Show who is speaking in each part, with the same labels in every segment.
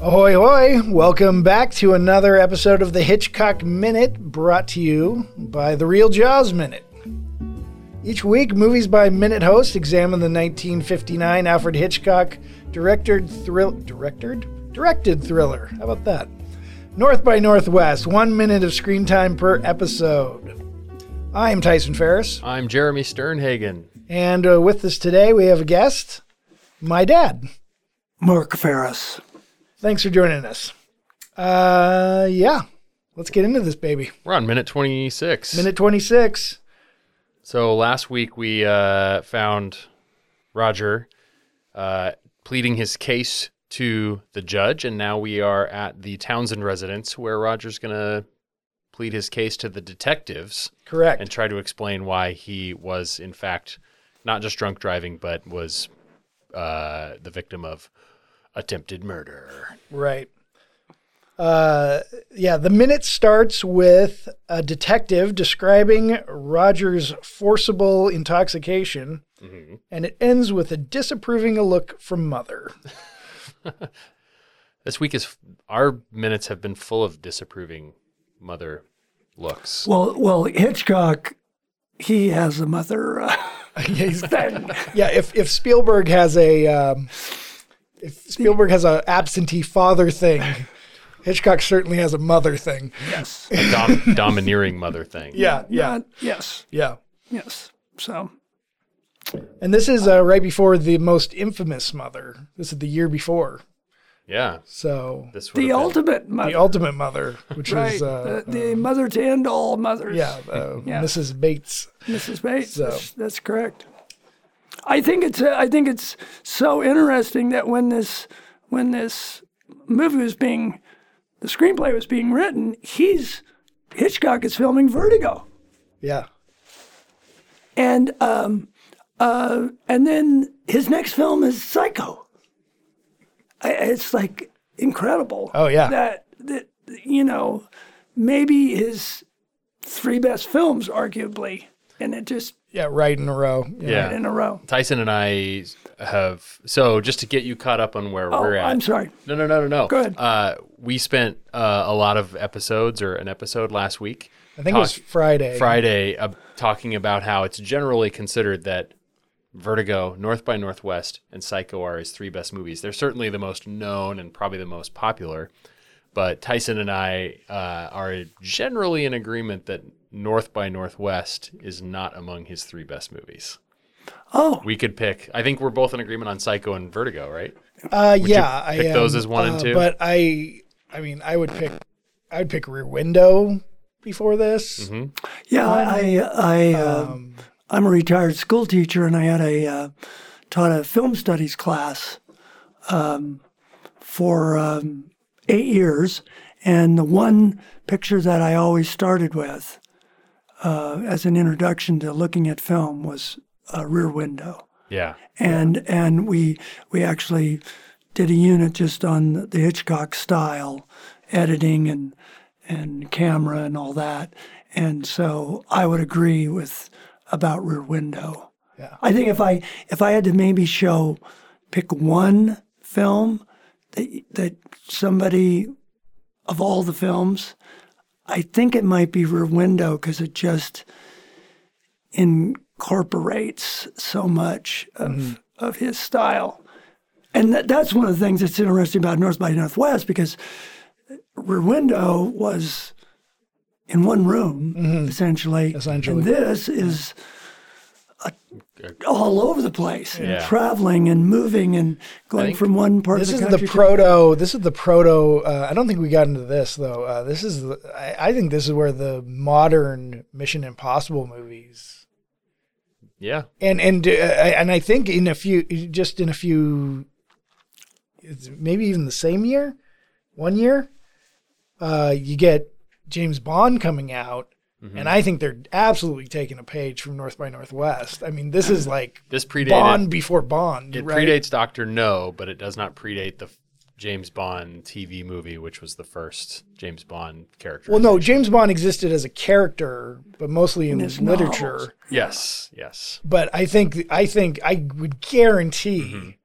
Speaker 1: Ahoy, hoy! Welcome back to another episode of the Hitchcock Minute brought to you by The Real Jaws Minute. Each week, Movies by Minute hosts examine the 1959 Alfred Hitchcock directed thrill directed directed thriller. How about that? North by Northwest, 1 minute of screen time per episode. I am Tyson Ferris,
Speaker 2: I'm Jeremy Sternhagen.
Speaker 1: and uh, with us today we have a guest, my dad.
Speaker 3: Mark Ferris.
Speaker 1: Thanks for joining us. Uh, yeah, let's get into this baby.
Speaker 2: We're on minute 26.
Speaker 1: Minute 26.
Speaker 2: So last week we uh, found Roger uh, pleading his case to the judge, and now we are at the Townsend residence where Roger's going to plead his case to the detectives
Speaker 1: Correct.
Speaker 2: and try to explain why he was, in fact, not just drunk driving, but was uh, the victim of attempted murder.
Speaker 1: Right. Uh, yeah, the minute starts with a detective describing Roger's forcible intoxication, and it ends with a disapproving look from Mother.
Speaker 2: This week is our minutes have been full of disapproving mother looks.
Speaker 3: Well, well, Hitchcock, he has a mother. Uh,
Speaker 1: yeah, if, if Spielberg has a um, if Spielberg has a absentee father thing, Hitchcock certainly has a mother thing.
Speaker 3: yes.
Speaker 2: Dom- domineering mother thing.
Speaker 1: Yeah, yeah,
Speaker 3: Not- yes.
Speaker 1: yeah.
Speaker 3: Yes. So,
Speaker 1: And this is uh, right before the most infamous mother. This is the year before,
Speaker 2: Yeah.
Speaker 1: so
Speaker 2: This would
Speaker 3: the
Speaker 2: have been-
Speaker 3: ultimate
Speaker 1: the
Speaker 3: mother.
Speaker 1: ultimate mother, which
Speaker 3: right.
Speaker 1: is uh,
Speaker 3: the, the mother to end all mothers.
Speaker 1: yeah, uh,
Speaker 3: Yeah.
Speaker 1: Mrs. Bates.
Speaker 3: Mrs. Bates.
Speaker 1: So-
Speaker 3: That's, that's correct. I think it's uh, I think it's so interesting that when this when this movie was being the screenplay was being written, he's Hitchcock is filming Vertigo.
Speaker 1: Yeah,
Speaker 3: and um, uh, and then his next film is Psycho. I, it's like incredible.
Speaker 1: Oh, yeah.
Speaker 3: that that you know maybe his three best films, arguably, and it just
Speaker 1: yeah, right in a row.
Speaker 2: Yeah.
Speaker 3: in a row.
Speaker 2: Tyson and I have so just to get you caught up on where
Speaker 3: Oh,
Speaker 2: we're at.
Speaker 3: I'm sorry.
Speaker 2: No, no, no, no, no.
Speaker 3: Go ahead.
Speaker 2: Uh, we spent uh, a lot of episodes or an episode last week.
Speaker 1: I think it was Friday.
Speaker 2: Friday uh, talking about how it's generally considered that Vertigo, North by Northwest, and Psycho are his three best movies. They're certainly the most known and probably the most popular. But Tyson and I uh, are generally in agreement that North by Northwest is not among his three best movies.
Speaker 3: Oh,
Speaker 2: We could pick. I think we're both in agreement on Psycho and Vertigo, right?
Speaker 1: Uh, yeah, I
Speaker 2: pick
Speaker 1: am,
Speaker 2: those as one and
Speaker 1: uh,
Speaker 2: two?
Speaker 1: But I, I mean, I would pick, I would pick Rear Window before
Speaker 2: Mm-hmm.
Speaker 1: this.
Speaker 3: yeah. I I uh, I'm a retired school teacher, and I had a uh, taught a film studies class um, for um, eight years, and the one picture that I always started with uh, as an introduction to looking at film was uh, Rear Window,
Speaker 2: Yeah.
Speaker 3: and and we we actually did a unit just on the Hitchcock style, editing and and camera and all that, and so I would agree with about Rear Window.
Speaker 1: Yeah.
Speaker 3: I think if I if I had to maybe show pick one film that that somebody of all the films, I think it might be Rear Window because it just incorporates so much of of his style, and that, that's one of the things that's interesting about North by Northwest because Rear Window was in one room essentially,
Speaker 1: Essentially.
Speaker 3: and this is all over the place and
Speaker 2: Yeah.
Speaker 3: traveling and moving and going
Speaker 2: think
Speaker 3: from one part
Speaker 1: This
Speaker 3: of
Speaker 1: is
Speaker 3: the
Speaker 1: the
Speaker 3: country to-
Speaker 1: proto. This is the proto. Uh, I don't think we got into this though. Uh, this is. The, I, I think this is where the modern Mission Impossible movies
Speaker 2: Yeah.
Speaker 1: and and uh, I- and I think in a few, just in a few, it's maybe even the same year, one year, uh, you get James Bond coming out,
Speaker 3: Mm-hmm.
Speaker 1: and I think they're absolutely taking a page from North by Northwest. I mean, this is like
Speaker 2: This predated
Speaker 1: Bond before Bond,
Speaker 2: It
Speaker 1: right?
Speaker 2: predates Doctor No, but it does not predate the f- James Bond TV movie, which was the first James Bond character.
Speaker 1: well, no, James Bond existed as a character, but mostly in
Speaker 3: his
Speaker 1: literature.
Speaker 3: novels.
Speaker 2: yes, yes, Mm-hmm.
Speaker 1: But I think I think I would guarantee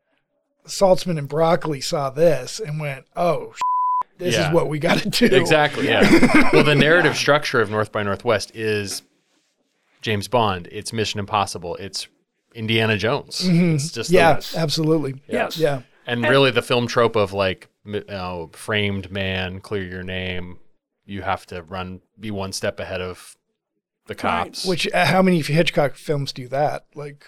Speaker 1: Saltzman and Broccoli saw this and went, "Oh, this
Speaker 2: Yeah.
Speaker 1: is what we got to do."
Speaker 2: Exactly. Yeah. well, the narrative structure of North by Northwest is James Bond. It's Mission Impossible. It's Indiana Jones. It's just the-
Speaker 1: Mm-hmm. Yeah, absolutely.
Speaker 3: Yes.
Speaker 1: Yeah.
Speaker 2: and really the film trope of like m- you know, framed man, clear your name. You have to run, be one step ahead of the cops.
Speaker 1: Which uh, how many Hitchcock films do that? Like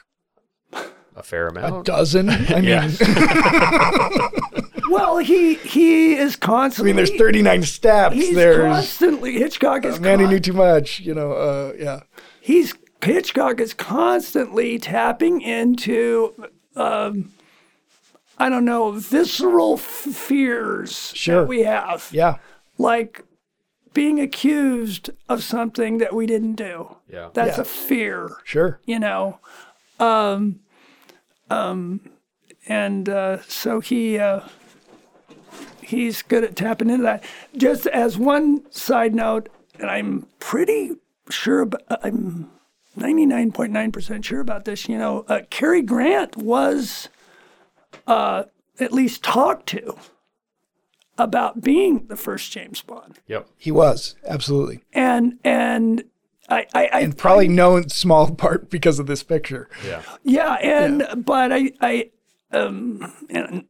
Speaker 2: a fair
Speaker 1: a
Speaker 3: Oh.
Speaker 2: amount.
Speaker 1: dozen? I mean,
Speaker 2: Yeah.
Speaker 3: Well, he he is
Speaker 1: I
Speaker 3: constantly.
Speaker 1: mean, there's 39 steps.
Speaker 3: He's
Speaker 1: there's
Speaker 3: constantly Hitchcock is
Speaker 1: man who
Speaker 3: con-
Speaker 1: knew too much. You know. Uh, yeah.
Speaker 3: he's Hitchcock is constantly tapping into, um, I don't know, visceral f- fears
Speaker 1: Sure.
Speaker 3: that we have,
Speaker 1: Yeah.
Speaker 3: like being accused of something that we didn't do.
Speaker 2: Yeah.
Speaker 3: That's
Speaker 1: Yeah.
Speaker 3: a fear,
Speaker 1: Sure.
Speaker 3: you know. Um, um, and uh, so he. Uh, he's good at tapping into that. Just as one side note, and I'm pretty sure, ab- I'm 99.9% sure about this, you know, uh, Cary Grant was uh, at least talked to about being the first James Bond.
Speaker 2: Yep.
Speaker 1: He was absolutely,
Speaker 3: And, and, I, I, I
Speaker 1: and probably known small part because of this picture.
Speaker 2: Yeah.
Speaker 3: Yeah, and but I I um and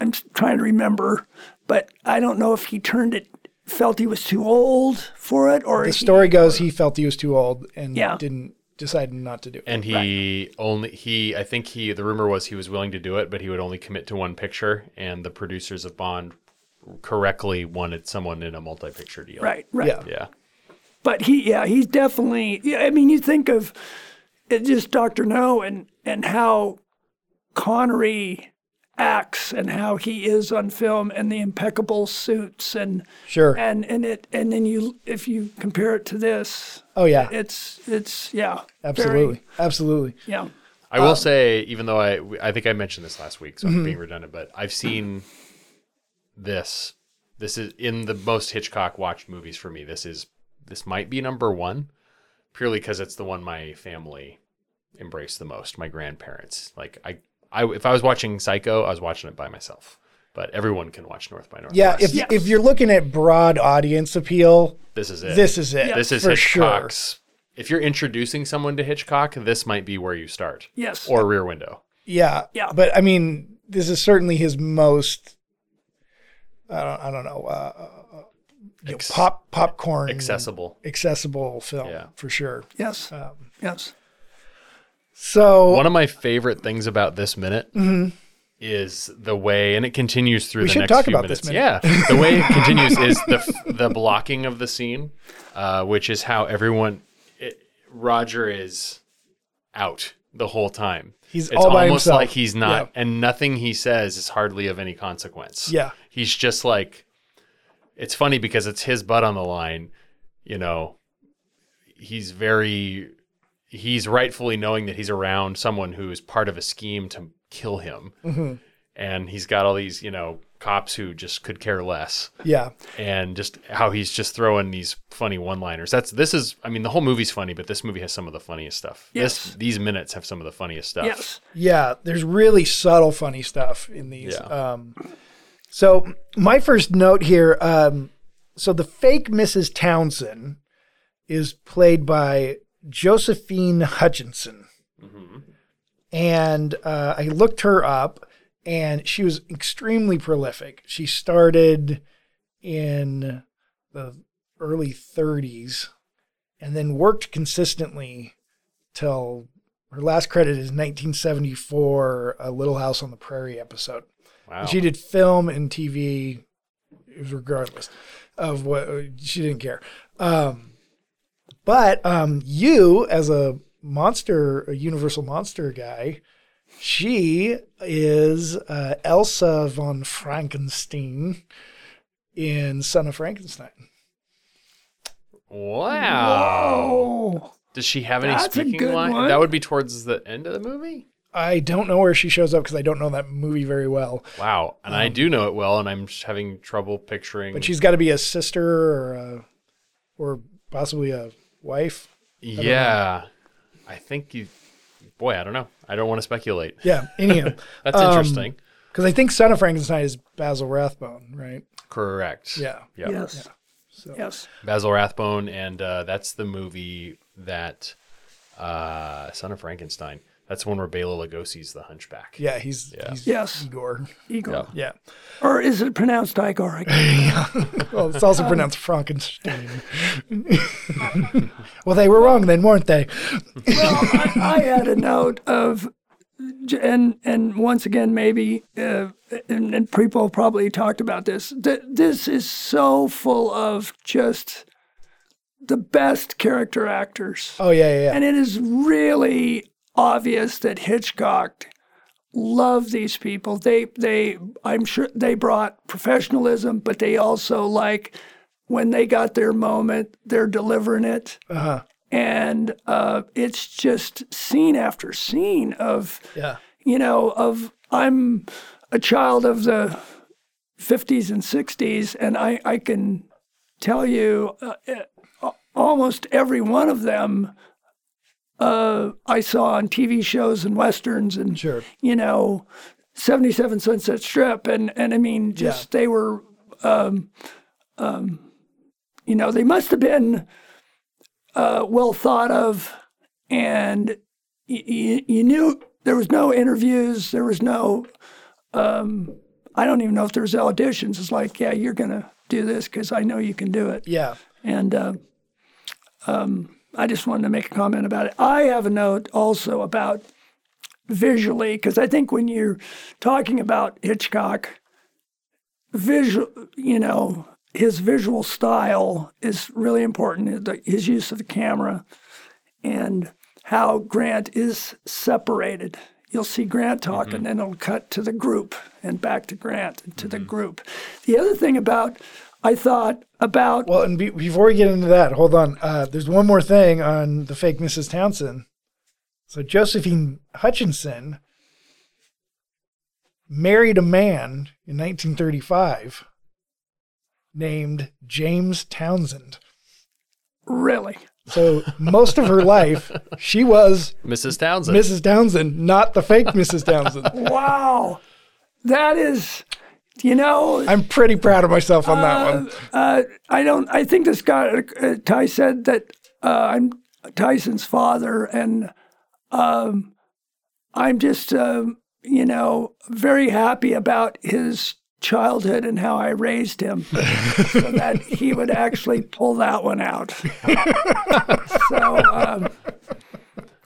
Speaker 3: I'm s- trying to remember, but I don't know if he turned it felt he was too old for it or
Speaker 1: The
Speaker 3: he-
Speaker 1: story goes he felt he was too old and
Speaker 3: Yeah.
Speaker 1: didn't decided not to do it.
Speaker 2: And he only he I think he the rumor was he was willing to do it, but he would only commit to one picture. And the producers of Bond correctly wanted someone in a multi-picture deal.
Speaker 3: right right.
Speaker 1: Yeah.
Speaker 2: Yeah.
Speaker 3: But he yeah he's definitely yeah, I mean you think of it just Doctor No and and how Connery acts and how he is on film and the impeccable suits and
Speaker 1: Sure.
Speaker 3: and and it and then you if you compare it to this
Speaker 1: oh yeah.
Speaker 3: it's it's yeah very-
Speaker 1: absolutely. absolutely.
Speaker 3: yeah
Speaker 2: I
Speaker 1: Um,
Speaker 2: will say, even though I I think I mentioned this last week, so I'm
Speaker 1: Mm-hmm.
Speaker 2: being redundant, but I've seen this. This is in the most Hitchcock watched movies for me. This is this might be number one, purely because it's the one my family embraced the most. My grandparents, like I, I if I was watching Psycho, I was watching it by myself. But everyone can watch North by Northwest.
Speaker 1: Yeah, if
Speaker 3: Yes.
Speaker 1: if you're looking at broad audience appeal,
Speaker 2: this is it.
Speaker 1: this is it.
Speaker 2: this is
Speaker 1: for sure.
Speaker 2: Hitchcock's. If you're introducing someone to Hitchcock, this might be where you start.
Speaker 3: Yes.
Speaker 2: Or Rear Window.
Speaker 1: Yeah.
Speaker 3: Yeah.
Speaker 1: But I mean, this is certainly his most. I don't. I don't know. Uh, uh, you know,
Speaker 2: Ex-
Speaker 1: pop popcorn
Speaker 2: Accessible.
Speaker 1: accessible film
Speaker 2: Yeah.
Speaker 1: for sure.
Speaker 3: Yes. yes.
Speaker 1: So
Speaker 2: One of my favorite things about this minute is the way, and it continues through the
Speaker 1: should
Speaker 2: next
Speaker 1: talk
Speaker 2: few
Speaker 1: about
Speaker 2: minutes.
Speaker 1: this
Speaker 2: Yeah, the way it continues is the f- the blocking of the scene, uh, which is how everyone it, Roger is out the whole time.
Speaker 1: He's
Speaker 2: it's
Speaker 1: all by
Speaker 2: almost
Speaker 1: himself.
Speaker 2: like he's not, and nothing he says is hardly of any consequence.
Speaker 1: Yeah.
Speaker 2: he's just like. It's funny because it's his butt on the line, you know. He's very he's rightfully knowing that he's around someone who is part of a scheme to kill him.
Speaker 3: Mm-hmm.
Speaker 2: And he's got all these, you know, cops who just could care less
Speaker 1: yeah,
Speaker 2: and just how he's just throwing these funny one-liners. That's this is I mean the whole movie's funny, but this movie has some of the funniest stuff.
Speaker 3: Yes.
Speaker 2: This these minutes have some of the funniest stuff.
Speaker 3: Yes.
Speaker 1: yeah. There's really subtle, funny stuff in these.
Speaker 2: Yeah.
Speaker 1: Um, so my first note here. Um, so the fake Mrs. Townsend is played by Josephine Hutchinson.
Speaker 2: Mm-hmm.
Speaker 1: and uh, I looked her up, and she was extremely prolific. She started in the early 30s, and then worked consistently till her last credit is 1974, a Little House on the Prairie episode.
Speaker 2: Wow.
Speaker 1: She did film and TV, it was regardless of what she didn't care. Um, but um, you, as a monster, a Universal monster guy, she is uh, Elsa von Frankenstein in Son of Frankenstein.
Speaker 2: wow.
Speaker 3: Oh.
Speaker 2: Does she have any
Speaker 3: That's a
Speaker 2: speaking
Speaker 3: good
Speaker 2: line?
Speaker 3: one.
Speaker 2: That would be towards the end of the movie?
Speaker 1: I don't know where she shows up because I don't know that movie very well.
Speaker 2: Wow. And I do know it well and I'm just having trouble picturing
Speaker 1: But she's got to be a sister or a, or possibly a wife.
Speaker 2: Yeah. I think you boy, I don't know. I don't want to speculate.
Speaker 1: Yeah. Anyhow,
Speaker 3: Um,
Speaker 2: That's interesting.
Speaker 1: Because I think Son of Frankenstein is Basil Rathbone, right?
Speaker 2: Correct.
Speaker 1: Yeah.
Speaker 2: Yep.
Speaker 3: Yes.
Speaker 1: So
Speaker 3: Yes.
Speaker 2: Basil Rathbone, and uh, that's the movie that uh, Son of Frankenstein. That's the one where Bela Lugosi's the Hunchback.
Speaker 1: yeah, he's
Speaker 2: Yeah.
Speaker 1: he's
Speaker 3: Yes.
Speaker 1: Igor.
Speaker 3: Igor.
Speaker 1: Yeah.
Speaker 2: Yeah.
Speaker 3: Or is it pronounced Igor? I can't-
Speaker 1: Well, it's also pronounced Frankenstein. well, they were wrong then, weren't they?
Speaker 3: well, I, I had a note of, and and once again maybe, uh, and, and Prepo probably talked about this. Th- this is so full of just the best character actors,
Speaker 1: Oh yeah, yeah, yeah.
Speaker 3: and it is really obvious that Hitchcock loved these people. They they I'm sure they brought professionalism, but they also like when they got their moment, they're delivering it
Speaker 1: Uh-huh.
Speaker 3: and uh, it's just scene after scene of
Speaker 1: Yeah.
Speaker 3: you know of I'm a child of the 50s and 60s, and I I can tell you uh, uh, almost every one of them uh, I saw on TV shows and westerns and
Speaker 1: Sure.
Speaker 3: you know 77 Sunset Strip, and and I mean just they were. Um, um, you know, they must have been uh, well thought of, and y- y- you knew there was no interviews, there was no, um, I don't even know if there was auditions. It's like, yeah, you're gonna do this because I know you can do it,
Speaker 1: Yeah.
Speaker 3: and uh, um, I just wanted to make a comment about it. I have a note also about visually because I think when you're talking about Hitchcock, visual, you know, his visual style is really important. the- His use of the camera and how Grant is separated. You'll see Grant talk, and then it'll cut to the group and back to Grant and to the group. The other thing about I thought about
Speaker 1: Well, and be, before we get into that, hold on. Uh, there's one more thing on the fake Mrs. Townsend. So Josephine Hutchinson married a man in 1935 named James Townsend.
Speaker 3: really
Speaker 1: So most of her life, she was
Speaker 2: Mrs. Townsend.
Speaker 1: Mrs. Townsend, not the fake Mrs. Townsend.
Speaker 3: wow, that is you know
Speaker 1: I'm pretty proud of myself on that one.
Speaker 3: uh, I don't. I think this guy uh, Ty said that uh, I'm Tyson's father, and um, I'm just um, you know very happy about his childhood and how I raised him, so that he would actually pull that one out. so um,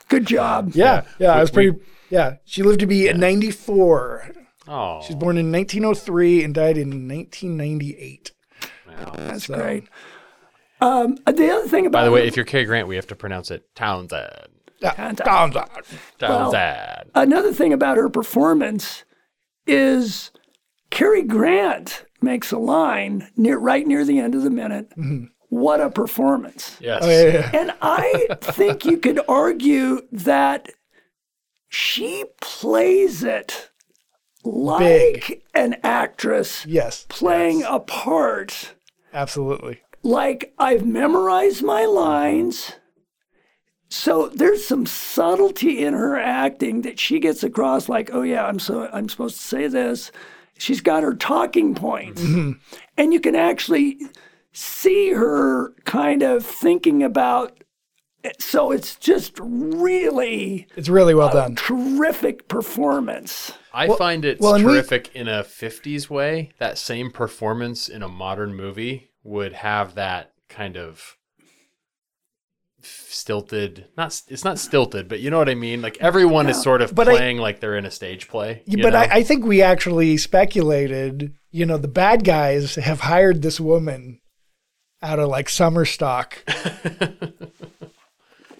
Speaker 3: good job.
Speaker 1: Yeah, yeah, I was
Speaker 2: We-
Speaker 1: pretty. Yeah, she lived to be 94.
Speaker 2: Oh,
Speaker 1: She was born in 1903 and died in 1998.
Speaker 2: wow.
Speaker 3: That's great. Um, the other thing about
Speaker 2: By the way, if you're Cary Grant, we have to pronounce it Townsend.
Speaker 1: Yeah, Townsend.
Speaker 2: Townsend.
Speaker 3: another thing about her performance is Cary Grant makes a line near right near the end of the minute. What a performance!
Speaker 2: yes.
Speaker 1: Oh, yeah, yeah.
Speaker 3: And I think you could argue that she plays it like
Speaker 1: Big.
Speaker 3: an actress
Speaker 1: Yes,
Speaker 3: playing a part
Speaker 1: absolutely.
Speaker 3: like I've memorized my lines. So there's some subtlety in her acting that she gets across like, oh yeah, I'm so I'm supposed to say this. She's got her talking points.
Speaker 1: Mm-hmm.
Speaker 3: And you can actually see her kind of thinking about so it's just really
Speaker 1: It's really well done.
Speaker 2: Uh,
Speaker 3: terrific performance.
Speaker 2: I find it
Speaker 1: well, and we-
Speaker 2: terrific in a 50s way. That same performance in a modern movie would have that kind of stilted not s- it's not stilted but you know what i mean like everyone is sort of
Speaker 1: but I-
Speaker 2: playing like they're in a stage play you
Speaker 1: but
Speaker 2: know?
Speaker 1: I, I think we actually speculated, you know, the bad guys have hired this woman out of like summer stock.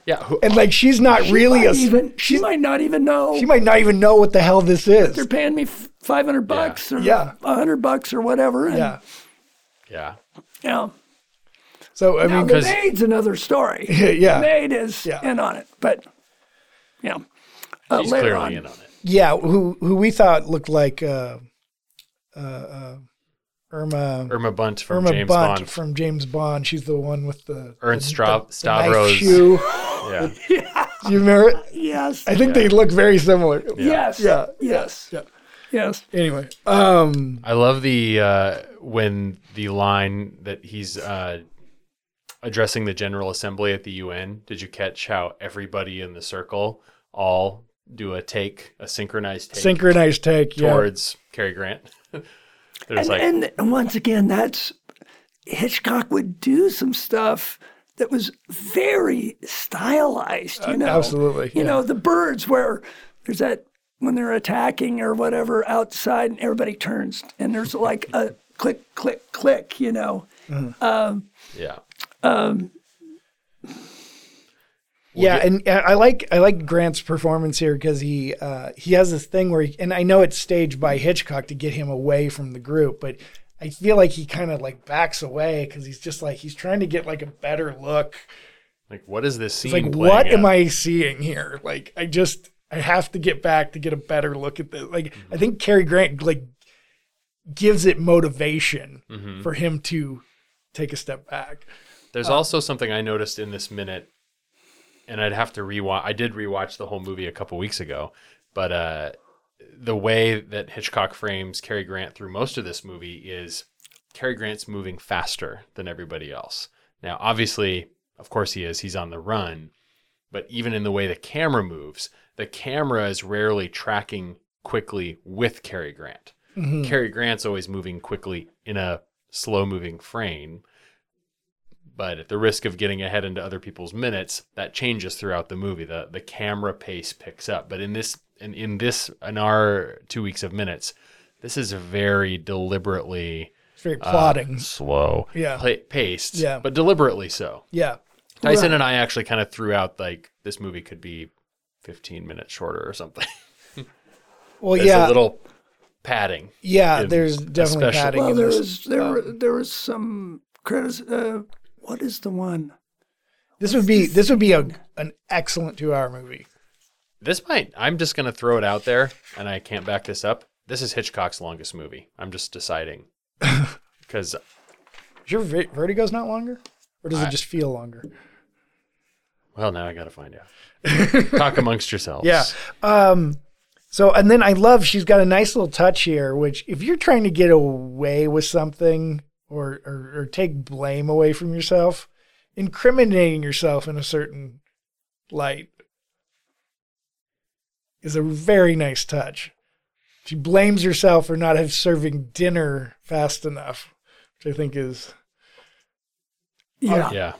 Speaker 2: yeah who,
Speaker 1: And like she's not really a
Speaker 3: Might even she might not even know
Speaker 1: she might not even know what the hell this
Speaker 3: they're
Speaker 1: is.
Speaker 3: paying me f- 500 bucks or
Speaker 1: Yeah.
Speaker 3: 100 bucks or whatever. And,
Speaker 1: Yeah.
Speaker 2: yeah
Speaker 3: Yeah.
Speaker 1: So I
Speaker 3: Now,
Speaker 1: mean
Speaker 3: the
Speaker 2: 'cause-
Speaker 3: maid's another story.
Speaker 1: Yeah.
Speaker 3: The maid is
Speaker 1: Yeah.
Speaker 3: in on it, but yeah. Uh,
Speaker 2: he's
Speaker 3: later
Speaker 2: clearly
Speaker 3: on.
Speaker 2: in on it
Speaker 1: yeah, who who we thought looked like uh uh, uh Irma
Speaker 2: irma bunt from
Speaker 1: Irma
Speaker 2: james
Speaker 1: Bunt
Speaker 2: bond
Speaker 1: from James Bond. She's the one with the
Speaker 2: ernst Stra-
Speaker 1: the nice
Speaker 2: stavros
Speaker 1: shoe.
Speaker 2: yeah
Speaker 1: Do you remember it?
Speaker 3: Yes.
Speaker 1: I think they look very similar.
Speaker 3: yes.
Speaker 1: Yeah.
Speaker 3: Yes.
Speaker 1: Yeah.
Speaker 3: Yes.
Speaker 1: Anyway, um,
Speaker 2: I love the uh, when the line that he's uh, addressing the General Assembly at the UN. Did you catch how everybody in the circle all do a take, a synchronized take
Speaker 1: synchronized take. Yeah.
Speaker 2: towards Cary Grant? There's
Speaker 3: And,
Speaker 2: like
Speaker 3: and once again, that's Hitchcock would do some stuff that was very stylized, you know.
Speaker 1: Uh, absolutely,
Speaker 3: You
Speaker 1: yeah.
Speaker 3: know, the birds where there's that when they're attacking or whatever outside and everybody turns and there's like a click, click, click, you know.
Speaker 2: yeah,
Speaker 1: yeah, and uh, I like I like Grant's performance here because he uh, he has this thing where he, and I know it's staged by Hitchcock to get him away from the group, but I feel like he kind of like backs away because he's just like he's trying to get like a better look.
Speaker 2: like what is this scene?
Speaker 1: It's like,
Speaker 2: playing
Speaker 1: what am
Speaker 2: out?
Speaker 1: I seeing here? Like, I just I have to get back to get a better look at this. Like, I think Cary Grant like gives it motivation for him to take a step back.
Speaker 2: There's also something I noticed in this minute, and I'd have to rewatch. I did rewatch the whole movie a couple weeks ago, but uh, the way that Hitchcock frames Cary Grant through most of this movie is Cary Grant's moving faster than everybody else. Now, obviously, of course, he is. He's on the run, but even in the way the camera moves, the camera is rarely tracking quickly with Cary Grant.
Speaker 1: Mm-hmm. Hmm.
Speaker 2: Cary Grant's always moving quickly in a slow moving frame but at the risk of getting ahead into other people's minutes, that changes throughout the movie. The the camera pace picks up. But in this in, in this in our two weeks of minutes, this is very deliberately
Speaker 1: It's very plotting.
Speaker 2: slow
Speaker 1: Yeah.
Speaker 2: pla- paced.
Speaker 1: Yeah.
Speaker 2: But deliberately so.
Speaker 1: yeah.
Speaker 2: Tyson and I actually kind of threw out like this movie could be fifteen minutes shorter or something.
Speaker 1: Well,
Speaker 2: There's
Speaker 1: yeah.
Speaker 2: a little padding.
Speaker 1: yeah.
Speaker 2: in-
Speaker 1: There's definitely
Speaker 2: especially-
Speaker 1: padding
Speaker 3: Well,
Speaker 1: in
Speaker 3: there
Speaker 1: this.
Speaker 3: was there were, there was some critic. Uh, what is the
Speaker 1: Oh,
Speaker 3: one?
Speaker 1: this would be this would be a, an excellent two hour movie.
Speaker 2: This might I'm just gonna throw it out there and I can't back this up. This is Hitchcock's longest movie. I'm just deciding. Because
Speaker 1: Is your Ver- Vertigo's not longer, or does it just feel longer?
Speaker 2: Well, now I got to find out. Talk amongst yourselves.
Speaker 1: Yeah. Um, so, and then I love she's got a nice little touch here, which if you're trying to get away with something or, or, or take blame away from yourself, incriminating yourself in a certain light is a very nice touch. She blames herself for not have serving dinner fast enough, which I think is
Speaker 3: Yeah,
Speaker 2: Yeah.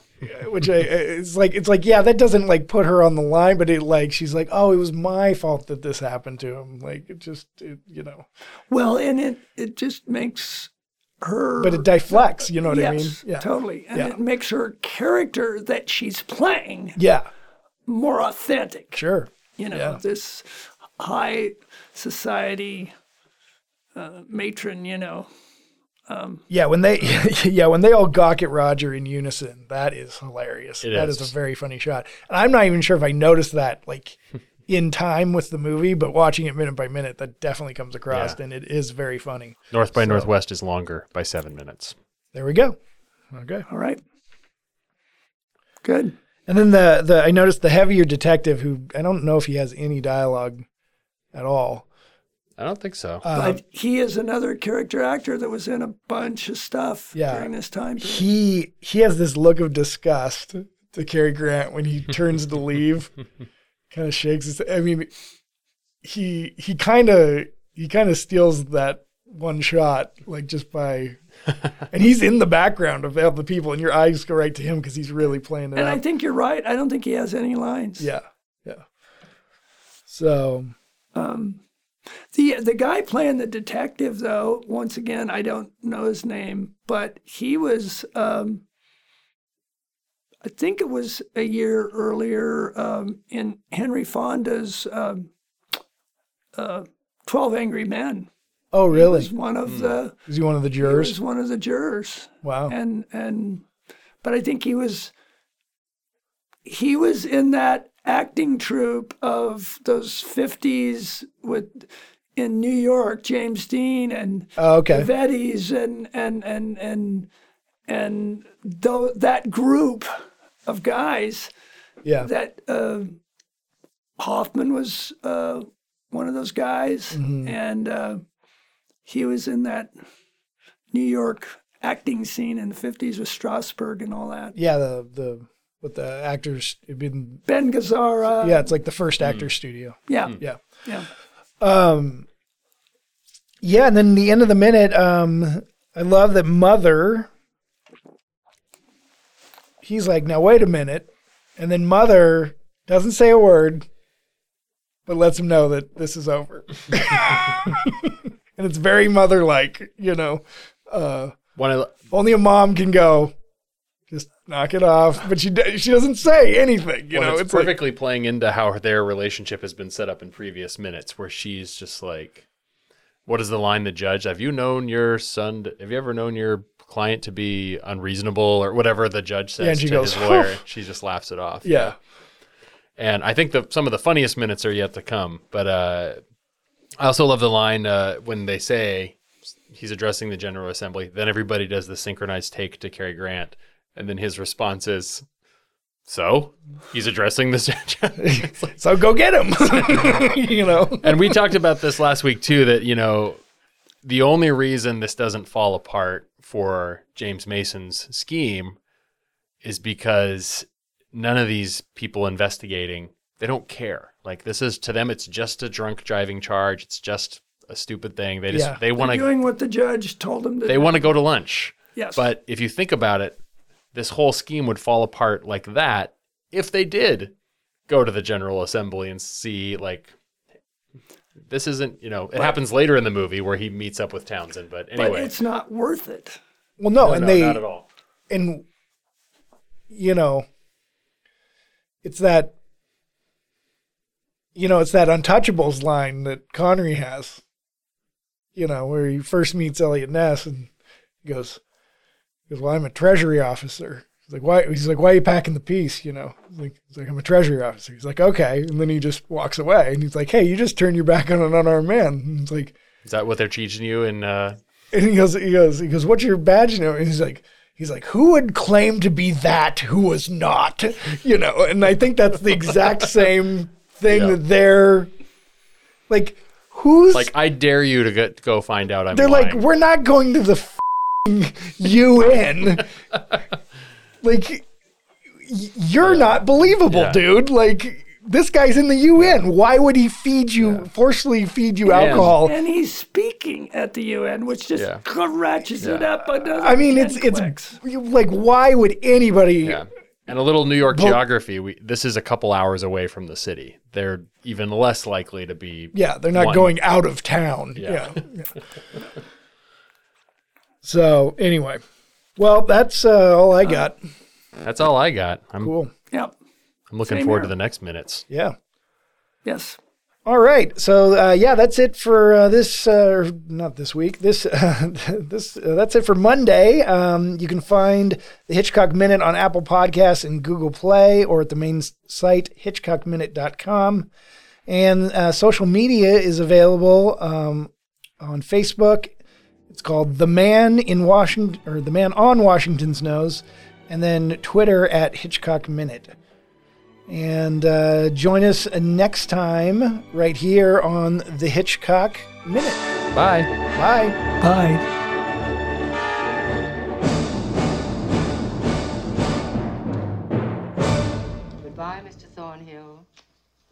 Speaker 1: which I, it's like it's like yeah that doesn't like put her on the line but it like she's like oh it was my fault that this happened to him like it just it, you know
Speaker 3: Well, and it it just makes her.
Speaker 1: but it deflects you know what i mean
Speaker 3: yes,
Speaker 1: yeah
Speaker 3: totally, and
Speaker 1: Yeah.
Speaker 3: it makes her character that she's playing
Speaker 1: yeah
Speaker 3: more authentic.
Speaker 1: sure
Speaker 3: You know,
Speaker 1: Yeah.
Speaker 3: this high society uh, matron. You know,
Speaker 1: yeah when they yeah when they all gawk at roger in unison that is hilarious
Speaker 2: It
Speaker 1: That is
Speaker 2: is.
Speaker 1: a very funny shot and i'm not even sure if i noticed that like in time with the movie but watching it minute by minute that definitely comes across
Speaker 2: Yeah.
Speaker 1: and it is very funny
Speaker 2: North by Northwest is longer by seven minutes.
Speaker 1: there we go okay
Speaker 3: all right, good.
Speaker 1: And then the the I noticed the heavier detective who I don't know if he has any dialogue at all. Um,
Speaker 2: I don't think so.
Speaker 1: Uh-huh.
Speaker 3: but he is another character actor that was in a bunch of stuff
Speaker 1: Yeah.
Speaker 3: during this time. period.
Speaker 1: He he has this look of disgust to Cary Grant when he turns to leave. kind of shakes his I mean he he kind of he kind of steals that one shot like just by and he's in the background of all the people and your eyes go right to him cuz he's really playing it
Speaker 3: And
Speaker 1: up.
Speaker 3: I think you're right. I don't think he has any lines.
Speaker 1: yeah. Yeah. So,
Speaker 3: Um, The the guy playing the detective though, once again, I don't know his name, but he was um I think it was a year earlier um, in Henry Fonda's um, uh, Twelve Angry Men.
Speaker 1: oh
Speaker 3: He was
Speaker 1: really?
Speaker 3: one of the
Speaker 1: Is he one of the
Speaker 3: he
Speaker 1: jurors?
Speaker 3: was one of the jurors.
Speaker 1: Wow.
Speaker 3: and and but I think he was he was in that acting troupe of those 50s with in New York James Dean and
Speaker 1: Oh, okay.
Speaker 3: Vettis and and and and and tho- that group of guys
Speaker 1: Yeah.
Speaker 3: that uh, Hoffman was uh, one of those guys,
Speaker 1: Mm-hmm.
Speaker 3: and uh, he was in that New York acting scene in the '50s with Strasberg and all that.
Speaker 1: Yeah, the the with the actors. It'd been
Speaker 3: Ben Gazzara.
Speaker 1: yeah, it's like the first actor studio.
Speaker 3: yeah,
Speaker 2: Hmm.
Speaker 1: Yeah. Um,
Speaker 3: yeah.
Speaker 1: Yeah, and then the end of the minute, um, I love that mother. He's like, now wait a minute, and then mother doesn't say a word, but lets him know that this is over, and it's very mother-like, you know. Uh,
Speaker 2: One of
Speaker 1: only a mom can go, just knock it off, but she do- she doesn't say anything, you
Speaker 2: Well,
Speaker 1: know.
Speaker 2: it's,
Speaker 1: like-
Speaker 2: perfectly playing into how their relationship has been set up in previous minutes, where she's just like, "What is the line?" The judge, "Have you known your son? To, have you ever known your client to be unreasonable or whatever?" The judge says
Speaker 1: Yeah, and she
Speaker 2: to
Speaker 1: goes,
Speaker 2: his lawyer. she just laughs it off.
Speaker 1: yeah,
Speaker 2: and I think the some of the funniest minutes are yet to come. But uh, I also love the line uh, when they say he's addressing the General Assembly. Then everybody does the synchronized take to Cary Grant, and then his response is. So he's addressing this. It's like,
Speaker 1: so go get him, you know.
Speaker 2: and we talked about this last week too that you know the only reason this doesn't fall apart for James Mason's scheme is because none of these people investigating they don't care like this is to them it's just a drunk driving charge it's just a stupid thing they just
Speaker 1: Yeah.
Speaker 2: they want to
Speaker 3: Doing what the judge told him to.
Speaker 2: they
Speaker 3: do.
Speaker 2: want to go to lunch
Speaker 3: Yes.
Speaker 2: but if you think about it this whole scheme would fall apart like that if they did go to the general assembly and see like this isn't you know it happens later in the movie where he meets up with townsend but
Speaker 3: but
Speaker 2: anyway
Speaker 3: it's not worth it.
Speaker 1: Well, no,
Speaker 2: no,
Speaker 1: and
Speaker 2: no,
Speaker 1: they
Speaker 2: not at all
Speaker 1: and you know it's that you know it's that untouchables line that connery has you know where he first meets elliot ness and he goes he goes well i'm a treasury officer he's like why he's like why are you packing the piece you know he's like, he's like i'm a treasury officer he's like okay and then he just walks away and he's like hey you just turned your back on an unarmed man and he's like
Speaker 2: is that what they're teaching you and uh
Speaker 1: and he goes, he goes, he goes, what's your badge number? And he's like, he's like, who would claim to be that who was not? You know, and I think that's the exact same thing
Speaker 2: Yeah.
Speaker 1: that they're like, who's
Speaker 2: like i dare you to go, go find out i'm
Speaker 1: they're like,
Speaker 2: lying.
Speaker 1: we're not going to the f***ing UN. like, y- you're not believable,
Speaker 2: Yeah.
Speaker 1: dude. Like, this guy's in the UN. Why would he feed you, forcefully feed you alcohol?
Speaker 3: And he's speaking at the UN, which just
Speaker 2: Yeah.
Speaker 3: ratchets it
Speaker 2: Yeah.
Speaker 3: up another.
Speaker 1: I mean,
Speaker 3: 10
Speaker 1: it's it's
Speaker 3: clicks.
Speaker 1: like why would anybody?
Speaker 2: yeah and a little new york geography we, this is a couple hours away from the city they're even less likely to be
Speaker 1: Yeah, they're not
Speaker 2: One.
Speaker 1: going out of town. Yeah.
Speaker 2: Yeah.
Speaker 1: yeah. so anyway, well, that's uh, all I got.
Speaker 2: that's all i got i'm,
Speaker 1: Cool.
Speaker 3: Yep.
Speaker 2: I'm looking
Speaker 3: Same
Speaker 2: forward
Speaker 3: here.
Speaker 2: to the next minutes
Speaker 1: Yeah.
Speaker 3: Yes.
Speaker 1: All right. So uh, yeah, that's it for uh, this. Uh, not this week. This this uh, that's it for Monday. Um, you can find the Hitchcock Minute on Apple Podcasts and Google Play, or at the main s- site hitchcockminute.com. And uh, social media is available um, on Facebook. It's called The Man in Washington or The Man on Washington's Nose, and then Twitter at Hitchcock Minute. And uh, join us next time right here on the Hitchcock Minute.
Speaker 2: bye
Speaker 1: Bye.
Speaker 3: Bye.
Speaker 4: Goodbye, Mr. Thornhill,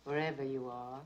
Speaker 4: wherever you are.